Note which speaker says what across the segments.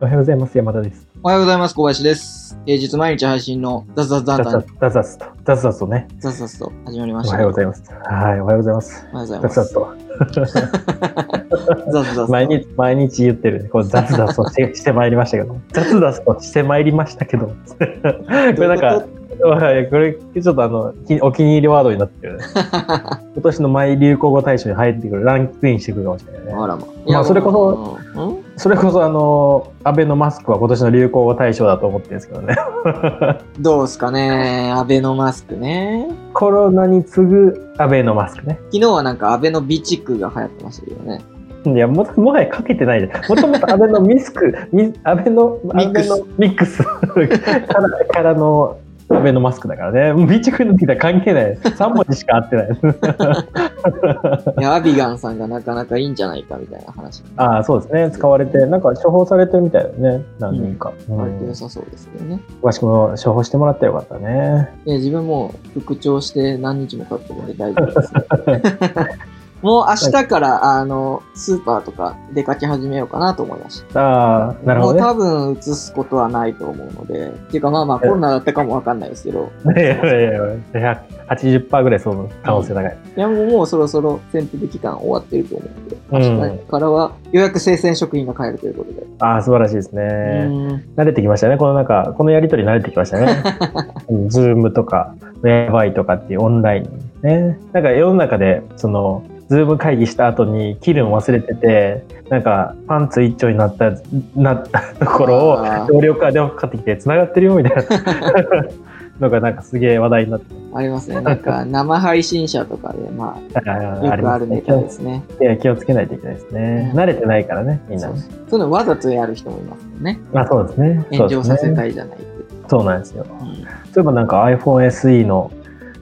Speaker 1: おはようございます。山田です。
Speaker 2: おはようございます。小林です。平日毎日配信のザザザ
Speaker 1: ザ
Speaker 2: ザ
Speaker 1: ザザザスと、ザザスとね。
Speaker 2: ザザザと始まりま
Speaker 1: お
Speaker 2: した
Speaker 1: は
Speaker 2: け
Speaker 1: よう
Speaker 2: ど。
Speaker 1: ございます。はい、おはようございます。
Speaker 2: おはようござい
Speaker 1: ザ
Speaker 2: ま
Speaker 1: ザ
Speaker 2: す。
Speaker 1: スと。
Speaker 2: ザザザと
Speaker 1: 毎日、毎日言ってるね。こうザザスとして してまいりましたけど。ザザスとしてまいりましたけ ど。これなんか、はいこれちょっとあの、きお気に入りワードになって るね。今年のマイ流行語大賞に入ってくる、ランクインしてくるかもしれないね。
Speaker 2: あらま。
Speaker 1: まあそれこ
Speaker 2: そ。うん
Speaker 1: それこそあの、安倍のマスクは今年の流行語大賞だと思ってるんですけどね。
Speaker 2: どうすかね。アベノマスクね。
Speaker 1: コロナに次ぐ安倍のマスクね。
Speaker 2: 昨日はなんかアベノ備蓄が流行ってましたけど ね。
Speaker 1: いやももはやかけてないじゃん。もともと安倍のミスク、 ミ安倍の
Speaker 2: ミック
Speaker 1: 安倍
Speaker 2: ス
Speaker 1: のミックス からからの安倍のマスクだからね。もうビーチクの時は関係ない。3文字しか合ってない。
Speaker 2: いや、アビガンさんがなかなかいいんじゃないかみたいな話。
Speaker 1: ああ、そうですね。使われて、なんか処方されてるみたいだよね。何人か。う
Speaker 2: 割と良
Speaker 1: ん。
Speaker 2: さそうですけどね。
Speaker 1: わしも処方してもらってよかったね。
Speaker 2: いや、自分もう復調して何日も経ってるんで大丈夫 です。もう明日から、あの、スーパーとか出かけ始めようかなと思いました。
Speaker 1: ああ、なるほ
Speaker 2: もう
Speaker 1: ど
Speaker 2: 多分移すことはないと思うので、っていうかまあまあコロナだったかもわかんないですけど、
Speaker 1: ね。いやいやいやいや、80%ぐらいその可能性高い。
Speaker 2: いやもうもうそろそろ潜伏期間終わってると思うので、
Speaker 1: うん
Speaker 2: 明日からはようやく生鮮食品が買えるということで。
Speaker 1: ああ、素晴らしいです
Speaker 2: う
Speaker 1: ね。
Speaker 2: ん
Speaker 1: 慣れてきましたね。このなんか、このやりとり慣れてきました ね。ズームとか、ウェバイとかっていうオンラインね。なんか世の中で、その、ズーム会議した後に切るの忘れてて、なんかパンツ一丁になった、なったところを
Speaker 2: あー
Speaker 1: 同僚から電話かかってきて、繋がってるよみたい なのがなんかすげえ話題になって、
Speaker 2: ありますね。なんか生配信者とかで、ま あ、よ
Speaker 1: あ
Speaker 2: くあるネタですね。
Speaker 1: いや気をつけないといけないですね。
Speaker 2: うん
Speaker 1: 慣れてないからね、みんな
Speaker 2: そう。そういうのわざとやる人もいますよね。
Speaker 1: あ、そうですね。
Speaker 2: 炎上させ
Speaker 1: そうですね
Speaker 2: たいじゃないって。
Speaker 1: そうなんですよ。
Speaker 2: うん
Speaker 1: そういえばなんか iPhone SE の、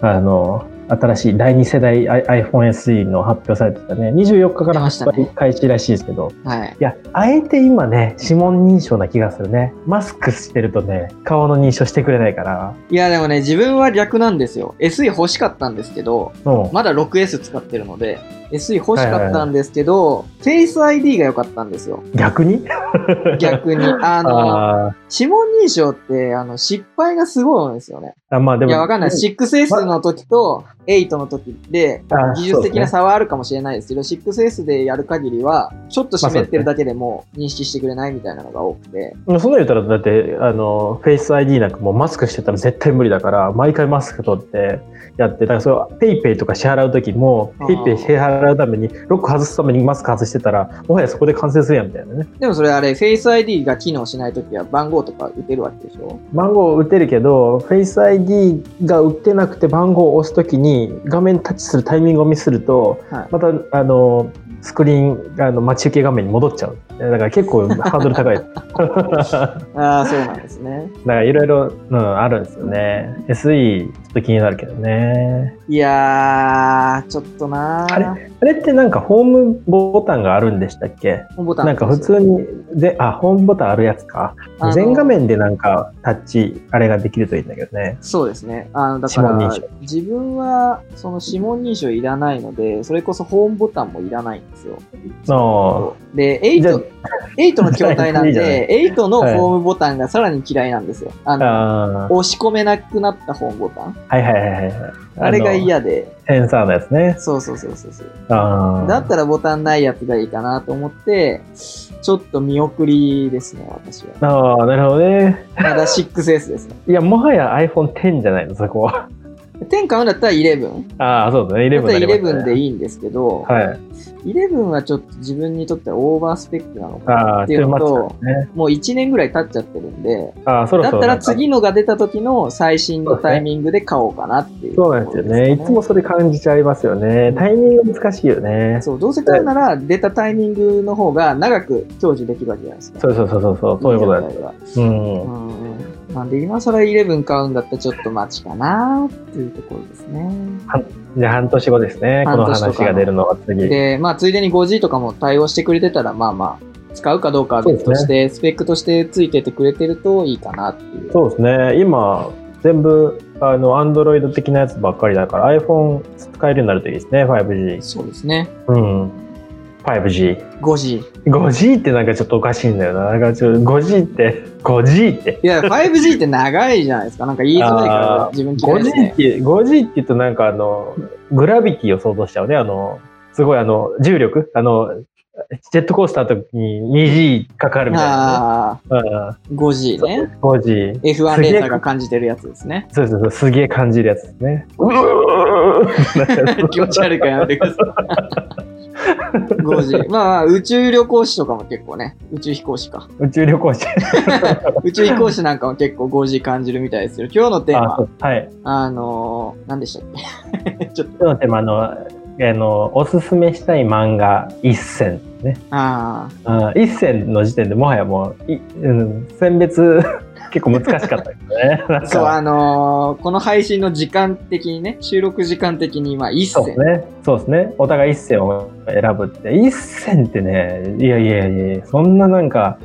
Speaker 1: あの、新しい第2世代 I- iPhone SE の発表されてたね、24日から発
Speaker 2: 出ました
Speaker 1: 売
Speaker 2: ね
Speaker 1: 開始らしいですけど、
Speaker 2: はい。
Speaker 1: いや、あえて今ね、指紋認証な気がするね。マスクしてるとね、顔の認証してくれないから、
Speaker 2: いや、でもね、自分は逆なんですよ。SE 欲しかったんですけど、
Speaker 1: うん。
Speaker 2: まだ 6S 使ってるので、SE 欲しかったんですけど、Face ID が良かったんですよ。
Speaker 1: 逆に
Speaker 2: 逆に。あの、
Speaker 1: あー
Speaker 2: 指紋認証って、あの、失敗がすごい多いんですよね。
Speaker 1: あ、まあで
Speaker 2: い
Speaker 1: も、
Speaker 2: や、わかんない。6S の時と8の時で、
Speaker 1: あ
Speaker 2: 技
Speaker 1: そう
Speaker 2: 術的な
Speaker 1: ですね
Speaker 2: 差はあるかもしれないですけど、6S でやる限りは、ちょっと湿ってるだけでも認識してくれないみたいなのが多くて、
Speaker 1: そんな言ったら、だって、あの、フェイス ID なんかもうマスクしてたら絶対無理だから、毎回マスク取ってやって、だからそれ、ペイペイとか支払うときも
Speaker 2: あ、ー
Speaker 1: ペイペイ支払うために、ロック外すためにマスク外してたら、もはやそこで完成するやんみたいなね。
Speaker 2: でもそれあれ、Face ID が機能しない時は番号とか打てるわけでしょ
Speaker 1: 番号を打てるけど、フェイス ID が打ってなくて番号を押すときに、画面タッチするタイミングをミスると、
Speaker 2: はい
Speaker 1: また、あの、スクリーン、あの、待ち受け画面に戻っちゃう。だから結構ハードル高い。 だ
Speaker 2: ああ、そうなんですね。
Speaker 1: からいろいろ、うん、あるんですよね。SE、ちょっと気になるけどね。
Speaker 2: いやー、ちょっとなー。
Speaker 1: ああれってなんかホームボタンがあるんでしたっけ
Speaker 2: ホームボタン
Speaker 1: なんか普通にぜあホームボタンあるやつか
Speaker 2: あの
Speaker 1: 全画面でなんかタッチあれができるといいんだけどね
Speaker 2: そうですね。あの、だか
Speaker 1: 指紋
Speaker 2: ら
Speaker 1: 認証、
Speaker 2: 自分は、その指紋認証いらないので、それこそホームボタンもいらないんですよ。
Speaker 1: あ
Speaker 2: で、
Speaker 1: あじゃ
Speaker 2: 8、8の筐体な
Speaker 1: い
Speaker 2: ん
Speaker 1: いじゃな
Speaker 2: で、8のホームボタンがさらに嫌いなんですよ。あ
Speaker 1: あ
Speaker 2: の、
Speaker 1: あー
Speaker 2: 押し込めなくなったホームボタン。
Speaker 1: はいはいはいはいはい
Speaker 2: あれが
Speaker 1: の
Speaker 2: 嫌で。
Speaker 1: センサーのやつね
Speaker 2: そうそうそうそうそう。
Speaker 1: ああ
Speaker 2: だったらボタンないやつがいいかなと思って、ちょっと見送りですね、私は。
Speaker 1: ああなるほどね
Speaker 2: まだ 6S ですね。
Speaker 1: いやもはや iPhone10 じゃないのそこは
Speaker 2: 10買うんだったら11。
Speaker 1: ああそうだね
Speaker 2: だっ
Speaker 1: 11
Speaker 2: たら
Speaker 1: になりまし
Speaker 2: 11
Speaker 1: た
Speaker 2: で
Speaker 1: ね
Speaker 2: いいんですけど、
Speaker 1: はい
Speaker 2: 11はちょっと自分にとってはオーバースペックなのかな
Speaker 1: ああ
Speaker 2: っていうのと
Speaker 1: トゥーマッチだね
Speaker 2: もう1年ぐらい経っちゃってるんで、
Speaker 1: ああそろ
Speaker 2: だ
Speaker 1: そろ
Speaker 2: っ
Speaker 1: な
Speaker 2: たら
Speaker 1: んか
Speaker 2: 次のが出た時の最新のタイミングで買おうかなっていう
Speaker 1: そうなんですよねいつもそれ感じちゃいますよねタイミング難しいよね
Speaker 2: そう、どうせ買うなら出たタイミングの方が長く享受できるわけじゃないですか。
Speaker 1: そうそうそうそうそうそういうことなんです
Speaker 2: だ。
Speaker 1: うん
Speaker 2: うん。なんで今更11買うんだったらちょっと待ちかなっていうところですね。
Speaker 1: じゃあ半年後ですね、こ
Speaker 2: 半
Speaker 1: の
Speaker 2: 年とかの
Speaker 1: 話が出るのは次。
Speaker 2: で、まあついでに 5G とかも対応してくれてたら、まあまあ、使うかどうかは別として、スペックとしてついててくれてるといいかなっていう。
Speaker 1: そうですね、今、全部、あの、アンドロイド的なやつばっかりだから、iPhone 使えるようになるといいですね、5G。
Speaker 2: そうですね。
Speaker 1: うん。 5G。
Speaker 2: 5G。
Speaker 1: 5G ってなんかちょっとおかしいんだよな。なんかちょっと 5G って、5G って。
Speaker 2: いや、5G って長いじゃないですか。なんか言いづらいから
Speaker 1: あー、
Speaker 2: 自分嫌いです
Speaker 1: 5G
Speaker 2: ね
Speaker 1: っ。て、5G って言うとなんかあの、グラビティを想像しちゃうね。あの、すごいあの、重力あの、ジェットコースターの時に 2G かかるみたいな、ね。
Speaker 2: あ
Speaker 1: うん
Speaker 2: ー 5G ね。
Speaker 1: 5G。
Speaker 2: F1 レーザーが感じてるやつですね。
Speaker 1: そうそうそう、すげえ感じるやつですね。
Speaker 2: 気持ち悪いからやめてください。5G。まあまあ、宇宙旅行士とかも結構ね、宇宙飛行士か。
Speaker 1: 宇宙旅行士。
Speaker 2: 宇宙飛行士なんかも結構 5G 感じるみたいですよ。今日のテー
Speaker 1: あ
Speaker 2: マ
Speaker 1: そ、うはい。
Speaker 2: あのー、何でしたっけちょっと、
Speaker 1: 今日のテーマ、あの、あの、おすすめしたい漫画一選ね。
Speaker 2: あ
Speaker 1: あ一選の時点でもはやもう、いうん、選別 結構難しかったですね。なん
Speaker 2: あ、
Speaker 1: か
Speaker 2: そう、あのー、この配信の時間的にね、収録時間的に、まあ、一
Speaker 1: そうで
Speaker 2: 戦
Speaker 1: す。ね。そうですね。お互い一戦を選ぶって。一戦ってね、いやいやいや、そんななんか、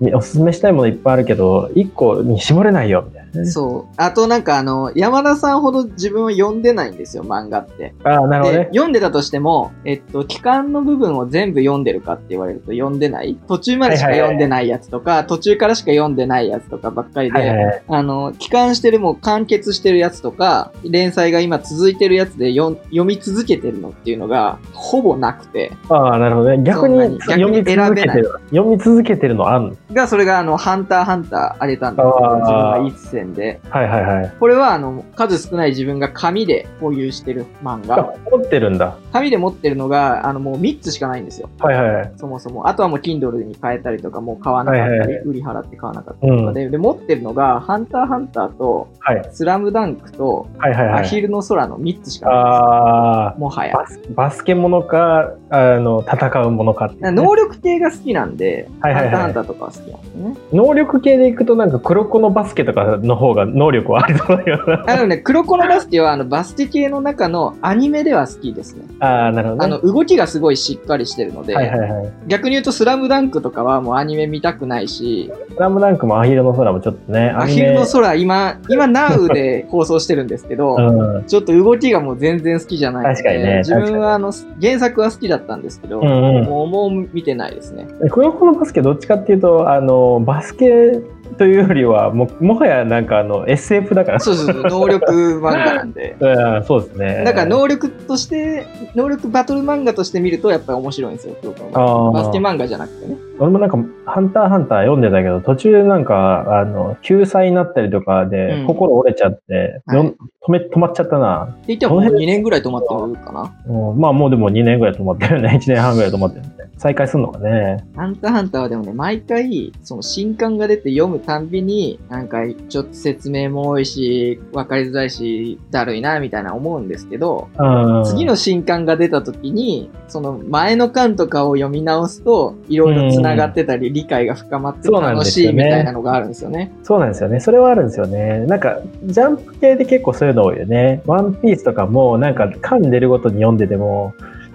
Speaker 1: みおすすめしたいものいっぱいあるけど、一個に絞れないよ、みたいなね。
Speaker 2: そう。あとなんかあの、山田さんほど自分を読んでないんですよ、漫画って。
Speaker 1: ああ、なるほど
Speaker 2: で
Speaker 1: ね。
Speaker 2: 読んでたとしても、えっと、期間の部分を全部読んでるかって言われると読んでない途中までしか
Speaker 1: はいはいはい
Speaker 2: 読んでないやつとか、途中からしか読んでないやつとかばっかりで、
Speaker 1: はいはいはい。
Speaker 2: あの、期間してるもう完結してるやつとか、連載が今続いてるやつで読ん読み続けてるのっていうのが、ほぼなくて。
Speaker 1: ああ、なるほどね。逆
Speaker 2: そう何
Speaker 1: に読み続
Speaker 2: 逆に
Speaker 1: け
Speaker 2: 選べ
Speaker 1: て
Speaker 2: ない
Speaker 1: る。読み続けてるのあんの
Speaker 2: が、それがあの、ハンターハンターあれたんですけど
Speaker 1: あー、
Speaker 2: 自分が一戦で。
Speaker 1: はいはいはい。
Speaker 2: これはあの、数少ない自分が紙で保有してる漫画。
Speaker 1: あ持ってるんだ。
Speaker 2: 紙で持ってるのが、あの、もう3つしかないんですよ。
Speaker 1: はいはいはい。
Speaker 2: そもそも。あとはもう Kindle に変えたりとか、もう買わなかったり、
Speaker 1: はいはいは
Speaker 2: 売り払って買わなかったり
Speaker 1: う
Speaker 2: と
Speaker 1: ん。
Speaker 2: か
Speaker 1: はい
Speaker 2: で、で、持ってるのが、ハンターハンターと、
Speaker 1: はい
Speaker 2: スラムダンクと、
Speaker 1: はい
Speaker 2: ア
Speaker 1: は
Speaker 2: ヒ
Speaker 1: い。
Speaker 2: ルの空の3つしかないんで
Speaker 1: あ
Speaker 2: すよ。もは
Speaker 1: あ、
Speaker 2: や。
Speaker 1: バスバスケものか、あの、戦うものかっていうね、
Speaker 2: 能力系が好きなんで、
Speaker 1: はいはいはい
Speaker 2: ハンターハンターとかは好きなんですね。
Speaker 1: 能力系でいくとなんか黒子のバスケとかの方が能力はありそうだよな。
Speaker 2: あのね、黒子のバスケは、あの、バスケ系の中のアニメでは好きですね。
Speaker 1: ああ、なるほど
Speaker 2: あ
Speaker 1: ね
Speaker 2: の、。動きがすごいしっかりしてるので、
Speaker 1: はいはいはい。
Speaker 2: 逆に言うと、スラムダンクとかはもうアニメ見たくないし、
Speaker 1: スラムダンクもアヒルの空もちょっとね、
Speaker 2: ア
Speaker 1: ニ
Speaker 2: ヒ
Speaker 1: メ
Speaker 2: ルの空、今、今、ナウで放送してるんですけど、
Speaker 1: うん
Speaker 2: ちょっと動きがもう全然好きじゃないので
Speaker 1: 確かにね
Speaker 2: 自分はあの、原作は好きだったんですけど、
Speaker 1: うんうん
Speaker 2: もう、もう見てないですね。
Speaker 1: 黒子のバスケどっちかっていうと、あの、バスケというよりは、ももはやなんかあの、SF だから。
Speaker 2: そうそうそう、能力漫画なん で。
Speaker 1: うんそうですね。
Speaker 2: だから能力として、能力バトル漫画として見るとやっぱり面白いんですよ、黒子の漫
Speaker 1: あ
Speaker 2: 画
Speaker 1: ー
Speaker 2: バスケ漫画じゃなくてね。
Speaker 1: 俺もなんか、ハンターハンター読んでたけど、途中でなんか、あの、救済になったりとか
Speaker 2: う
Speaker 1: で
Speaker 2: ん、
Speaker 1: 心折れちゃって、
Speaker 2: はい
Speaker 1: よん止め、止まっちゃったな。
Speaker 2: って言ってももう2年ぐらい止まってもいいかな。
Speaker 1: うんまあもうでも2年ぐらい止まってるね。1年半ぐらい止まってるんで。再開するのかね。
Speaker 2: ハンターハンターはでもね、毎回、その新刊が出て読むたんびに、なんかちょっと説明も多いし、わかりづらいし、だるいな、みたいな思うんですけど、
Speaker 1: うん。
Speaker 2: 次の新刊が出た時に、その前の巻とかを読み直すと、いろいろ繋がってたり、理解が深まって
Speaker 1: そうなん
Speaker 2: 楽
Speaker 1: です
Speaker 2: しい
Speaker 1: よ
Speaker 2: み
Speaker 1: ね
Speaker 2: たいなのがあるんですよね。
Speaker 1: そうなんですよね。それはあるんですよね。なんか、ジャンプ系で結構そういうの多いよね。ワンピースとかも、なんか、噛んでるごとに読んでても、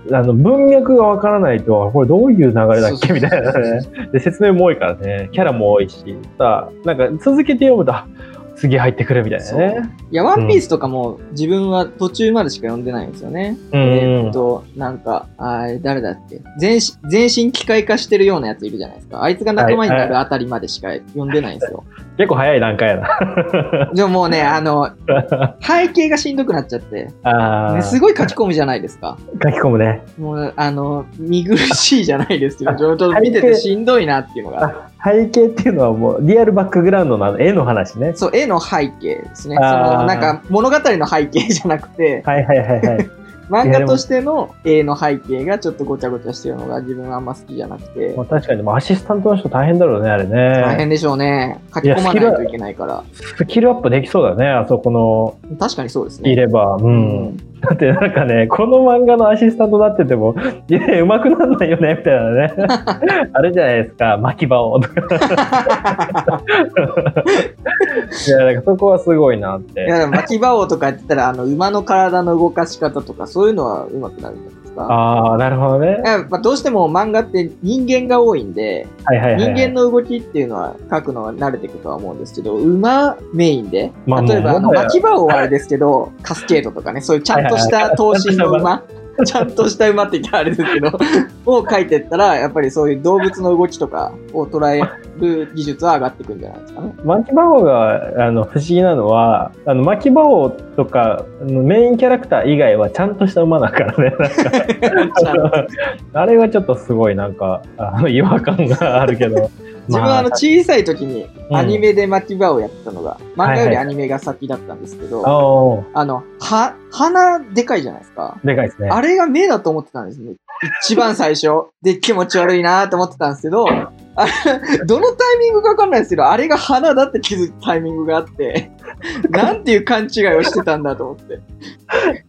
Speaker 1: あの、文脈がわからないと、あこれどういう流れだっけみたいなね。で、説明も多いからね。キャラも多いし、さ、なんか、続けて読むと、あ次入ってくるみたいなね。
Speaker 2: いや、ワンピースとかも自分は途中までしか読んでないんですよね。
Speaker 1: う
Speaker 2: えー
Speaker 1: ん
Speaker 2: っ。と、なんか、あー誰だっけ全身、全身機械化してるようなやついるじゃないですか。あいつが仲間になるあたりまでしか読んでないんですよ。
Speaker 1: 結構早い段階やな。
Speaker 2: でもも うね、あの、背景がしんどくなっちゃって、
Speaker 1: あ
Speaker 2: ね
Speaker 1: あ、
Speaker 2: すごい書き込むじゃないですか。
Speaker 1: 書き込むね。
Speaker 2: もう、あの、見苦しいじゃないですけど、
Speaker 1: あ
Speaker 2: ちょっと見て
Speaker 1: 背
Speaker 2: て
Speaker 1: 景
Speaker 2: しんどいなっていうのが。
Speaker 1: 背景っていうのはもう、リアルバックグラウンドのあの絵の話ね。
Speaker 2: そう、絵の背景ですね。そ
Speaker 1: あー
Speaker 2: の、なんか、物語の背景じゃなく て、
Speaker 1: はいはいはい はい。
Speaker 2: 漫画としての絵の背景がちょっとごちゃごちゃしてるのが自分はあんま好きじゃなくて
Speaker 1: ま、あ、確かに、でもアシスタントの人大変だろうね、あれね。
Speaker 2: 大変でしょうね。書き込まないといけないから。
Speaker 1: スキルアップできそうだね、あそこの
Speaker 2: 確かにそうですね。
Speaker 1: いれば。う。
Speaker 2: うん
Speaker 1: だってなんかね、この漫画のアシスタントになってても、 いや、うまくなんないよね、みた いなね。あれじゃないですか、巻き場を。とかいや、なんかそこはすごいなっ
Speaker 2: い
Speaker 1: て。
Speaker 2: や、でも巻き場王とかやってたら、あの、馬の体の動かし方とか、そういうのは上手くなるんじゃないですか。
Speaker 1: ああ、なるほどね。
Speaker 2: やっぱどうしても漫画って人間が多いんで、
Speaker 1: はいはいはいはい。
Speaker 2: 人間の動きっていうのは書くのは慣れていくとは思うんですけど、馬メインで、
Speaker 1: まあ
Speaker 2: 例えばあ
Speaker 1: もうも
Speaker 2: の
Speaker 1: はや
Speaker 2: 巻き場王はあれですけど、カスケードとかね、そういうちゃんとした頭身の馬 ちゃんとした馬って言ったらあれですけど、 を描いてったら、やっぱりそういう動物の動きとかを捉える技術は上がっていくんじゃないです かね。
Speaker 1: 巻き馬王があの不思議なのはあの巻き馬王とかあのメインキャラクター以外はちゃんとした馬だからねなんか
Speaker 2: ちゃんと
Speaker 1: あれはちょっとすごいなんかあの違和感があるけど
Speaker 2: 自分はあの
Speaker 1: ま
Speaker 2: 小さい時にアニメで巻き場をやってたのが、漫画よ
Speaker 1: はい
Speaker 2: り
Speaker 1: は
Speaker 2: アニメが先だったんですけど、
Speaker 1: あお
Speaker 2: あの、は、鼻でかいじゃないですか。
Speaker 1: ーでかいですね
Speaker 2: あれが目だと思ってたんですね。一番最初。で、気持ち悪いなと思ってたんですけど、あれどのタイミングかわかんないですけど、あれが鼻だって気づくタイミングが あって、なんていう勘違いをしてたんだと思って。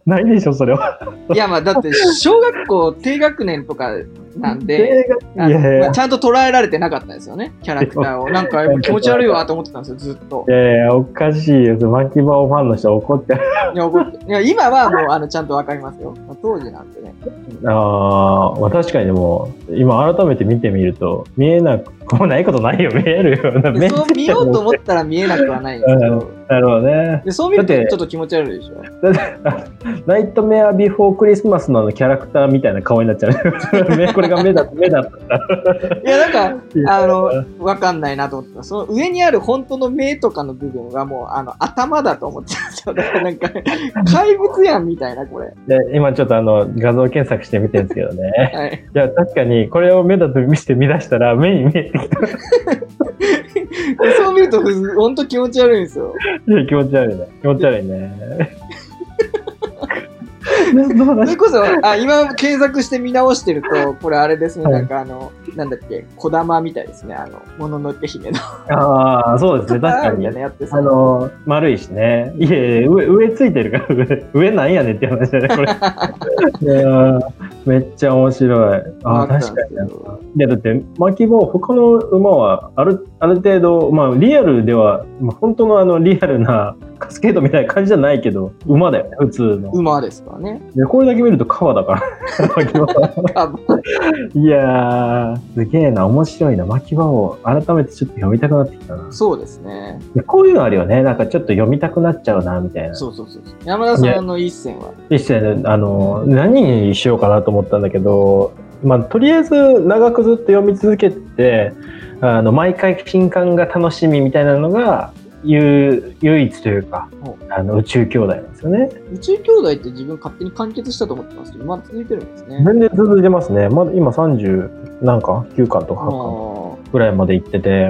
Speaker 1: ないでしょそれはい
Speaker 2: や、まあ、だって、小学校低学年とかなんで、
Speaker 1: でいや
Speaker 2: あの
Speaker 1: い
Speaker 2: ま
Speaker 1: や
Speaker 2: あちゃんと捉えられてなかったんですよね、キャラクターを。なんか気持ち悪いわと思ってたんですよ、ずっと
Speaker 1: い。やいやおかしいよ巻き馬王ファンの人怒ってる
Speaker 2: いや怒っていや今はもうあのちゃんとわかりますよ。まあ当時なんてね。
Speaker 1: あーまあ確かにでも今改めて見てみると見えなくもないことないよ見えるよ
Speaker 2: でそう見ようと思ったら見えなくはないんですけど。
Speaker 1: なるほどね
Speaker 2: でそう見ると
Speaker 1: だっ
Speaker 2: ち
Speaker 1: て
Speaker 2: ょっと気持ち悪いでしょ。
Speaker 1: ナイトメアビフォークリスマスのあのキャラクターみたいな顔になっちゃう。 目これが目だ目だった。
Speaker 2: いやなんか、あの、わかんないなと思ってた。その上にある本当の目とかの部分がもうあの頭だと思ってたんですよ。だからなんか、怪物やんみたいな、これ。
Speaker 1: で今ちょっとあの画像検索してみてるんですけどね。
Speaker 2: はい。
Speaker 1: いや確かにこれを目だと見せて見出したら目に見えてき
Speaker 2: でそう見るとふ本当気持ち悪いんですよ。
Speaker 1: て気持ち悪いね。気持ち悪いね。何の
Speaker 2: それ
Speaker 1: 話
Speaker 2: こそ、あ、今検索して見直してると、これあれですね、なんかあの、なんだっけ、小玉みたいですね、あの、もののけ姫の。
Speaker 1: ああそうですね確
Speaker 2: あ
Speaker 1: か
Speaker 2: るん
Speaker 1: に
Speaker 2: だ。ね、やって
Speaker 1: あの丸いしね。いえいえ上上ついてるから上上なんやねんって話だね これ。いやーめっちゃ面白い。あ
Speaker 2: わ
Speaker 1: あ
Speaker 2: かった
Speaker 1: 確かにな。いやだって巻き棒他の馬はあるある程度、まあ、リアルでは、まあ、本当のあのリアルなカスケードみたいな感じじゃないけど馬だよね普通の
Speaker 2: 馬ですか らね。
Speaker 1: でこれだけ見ると川だから巻き棒
Speaker 2: あま
Speaker 1: いやーすげえな面白いな巻き棒を改めてちょっと読みたくなってきたな
Speaker 2: そうですね。
Speaker 1: いやこういうのあるよねなんかちょっと読みたくなっちゃうなみたいな
Speaker 2: そうそうそうそう。山田さんの一戦は。
Speaker 1: 一切ねあの何にしようかなと思ったんだけど、まあ、とりあえず長くずっと読み続けてあの毎回新刊が楽しみみたいなのが唯唯一というか
Speaker 2: ほ
Speaker 1: あの宇宙兄弟なんですよね
Speaker 2: 宇宙兄弟って自分勝手に完結したと思ってますけど、まだ続いてるんですね。
Speaker 1: 全然続いてますね、まだ今30何巻9巻と
Speaker 2: あ
Speaker 1: か8巻
Speaker 2: ー
Speaker 1: ぐらいまで行ってて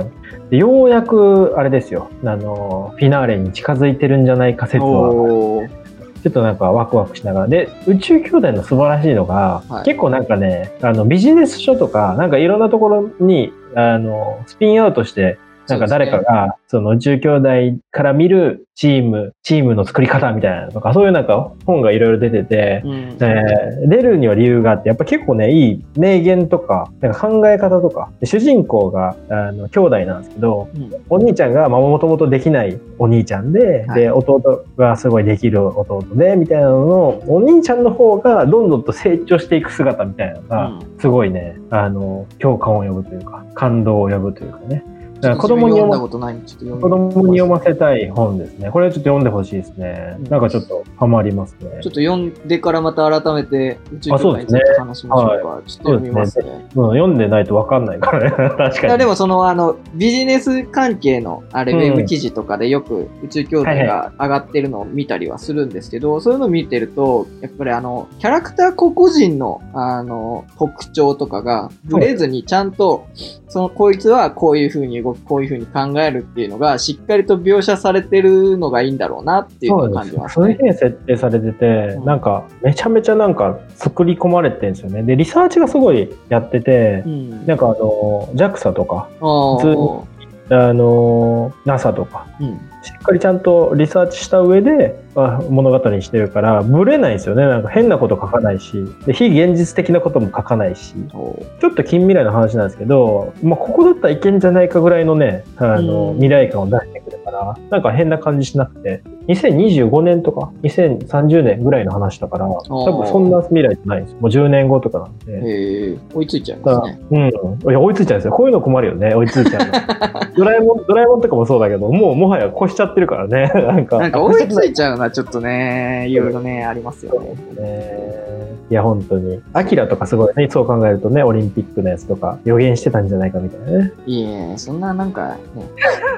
Speaker 1: でようやくあれですよあのフィナーレに近づいてるんじゃないか説は
Speaker 2: おー
Speaker 1: ちょっとなんかワクワクしながら。で、宇宙兄弟の素晴らしいのが、
Speaker 2: はい
Speaker 1: 結構なんかね、あのビジネス書とか、なんかいろんなところに、あの、スピンアウトして、なんか誰かが、その宇宙兄弟から見るチーム、チームの作り方みたいなのとか、そういうなんか本がいろいろ出てて、
Speaker 2: そうです
Speaker 1: え
Speaker 2: ね
Speaker 1: ー出るには理由があって、やっぱ結構ね、いい名言とか、なんか考え方とか、で主人公が、あの、兄弟なんですけど、
Speaker 2: うんうん
Speaker 1: お兄ちゃんがもともとできないお兄ちゃんで,、
Speaker 2: はい
Speaker 1: で弟がすごいできる弟でみたいなののお兄ちゃんの方がどんどんと成長していく姿みたいなのが、
Speaker 2: うん
Speaker 1: すごいねあの共感を呼ぶというか感動を呼ぶというかねだから子供に
Speaker 2: 自
Speaker 1: 読
Speaker 2: 分読んだ
Speaker 1: ま
Speaker 2: ことないんでちょっと読んで
Speaker 1: 子供に読ませたい本ですねこれはちょっと読んでほしいですね、
Speaker 2: うん
Speaker 1: なんかちょっとハマりますね
Speaker 2: ちょっと読んでからまた改めて宇宙兄弟について話しましょうか。ちょっと読みますね。
Speaker 1: うん読んでないと分かんないからね 確
Speaker 2: い
Speaker 1: か
Speaker 2: や
Speaker 1: に
Speaker 2: でもそのあのビジネス関係のあれ、
Speaker 1: うん
Speaker 2: ウェブ記事とかでよく宇宙兄弟
Speaker 1: はい
Speaker 2: が上がってるのを見たりはするんですけど、そういうのを見てるとやっぱりあのキャラクター個々人のあの特徴とかがぶれずにちゃんと、そのこいつはこういう風に動くこういう風に考えるっていうのがしっかりと描写されてるのがいいんだろうなっていう
Speaker 1: そ
Speaker 2: のを
Speaker 1: うなん
Speaker 2: 感
Speaker 1: で
Speaker 2: じ
Speaker 1: す
Speaker 2: ま
Speaker 1: よ。
Speaker 2: す
Speaker 1: そういうふ。
Speaker 2: ね
Speaker 1: うに設定されてて、
Speaker 2: うん
Speaker 1: なんかめちゃめちゃなんか作り込まれてるんですよね。でリサーチがすごいやってて、
Speaker 2: うん
Speaker 1: なんかあの JAXA とか
Speaker 2: あー
Speaker 1: 普通にあの NASA とか
Speaker 2: うん
Speaker 1: しっかりちゃんとリサーチした上であ物語にしてるからブレないんですよね。なんか変なこと書かないし、で非現実的なことも書かないし、
Speaker 2: おー
Speaker 1: ちょっと近未来の話なんですけど、まあ、ここだったらいけんじゃないかぐらいのね、あの
Speaker 2: うん
Speaker 1: 未来感を出してくるから、なんか変な感じしなくて2025年とか2030年ぐらいの話だから多分そんな未来じゃないですもう10年後とかなんで。
Speaker 2: へえ、追いついちゃい
Speaker 1: だ
Speaker 2: ま
Speaker 1: か
Speaker 2: す
Speaker 1: ら
Speaker 2: ね。
Speaker 1: うん。いや、追いついちゃうんですよ。こういうの困るよね、追いついちゃう の。ドラえもん、ドラえもんとかもそうだけど、もうもはや越しちゃってるからね。 なんか。
Speaker 2: なんか追いついちゃうのはちょっとね、いろいろね、ありますよね。
Speaker 1: えーいや、本当に。アキラとかすごいね。そう考えるとね、オリンピックのやつとか予言してたんじゃないかみたいなね。
Speaker 2: いえ、そんななんか、ね、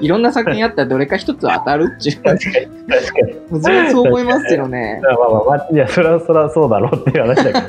Speaker 2: いろんな作品あったらどれか一つは当たるっていう。
Speaker 1: 確かに。
Speaker 2: 自分そう思いますよね。
Speaker 1: まあまあまあ、いや、そりゃそりゃそうだろうっていう話だけどね。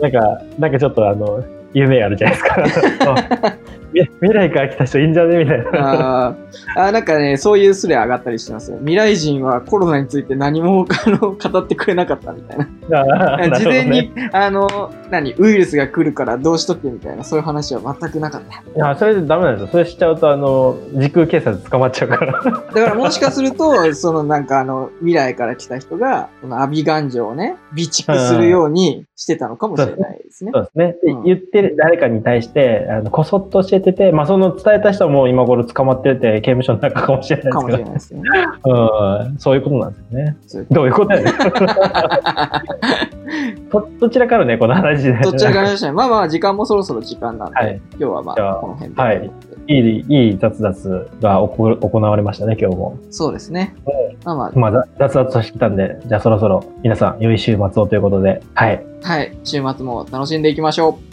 Speaker 1: なんか、なんかちょっとあの、夢あるじゃないですか。あみ未来から来た人いいんじゃねみたいな。
Speaker 2: あーあー、なんかね、そういうスレ上がったりしてますよ。未来人はコロナについて何もあの語ってくれなかったみたいな。
Speaker 1: あー
Speaker 2: 事前。
Speaker 1: なる
Speaker 2: に、あの、何、ウイルスが来るからどうしとけみたいな、そういう話は全くなかった。
Speaker 1: ほどねいや、それでダメなんですよ。それしちゃうと、あの、時空警察捕まっちゃうから。
Speaker 2: だからもしかする と、そのなんかあの、未来から来た人が、このアビガンジョをね、備蓄するようにしてたのかもしれないですね
Speaker 1: そ。うですね。で
Speaker 2: うん
Speaker 1: 言ってる誰かに対して、あのこそっと教えてて、まあ、その伝えた人はもう今頃捕まってて、刑務所の中かもしれな
Speaker 2: か
Speaker 1: い
Speaker 2: も
Speaker 1: で
Speaker 2: し
Speaker 1: す
Speaker 2: れないですね。
Speaker 1: けど、うん、そういうことなんですよね。
Speaker 2: そういう
Speaker 1: どういうことだよ。どどちらからね、この話で。
Speaker 2: どちらかでしたね。まあまあ、時間もそろそろ時間なんで、
Speaker 1: はい
Speaker 2: 今日はま
Speaker 1: じゃ
Speaker 2: あ、
Speaker 1: あ
Speaker 2: この辺で。
Speaker 1: はいいい、いい雑雑が行行われましたね、今日も。
Speaker 2: そうですね。まあま
Speaker 1: まあ、ざ雑雑としてきたんで、じゃあそろそろ皆さん、良い週末をということで、はい。
Speaker 2: あ、はい。週末も楽しんでいきましょう。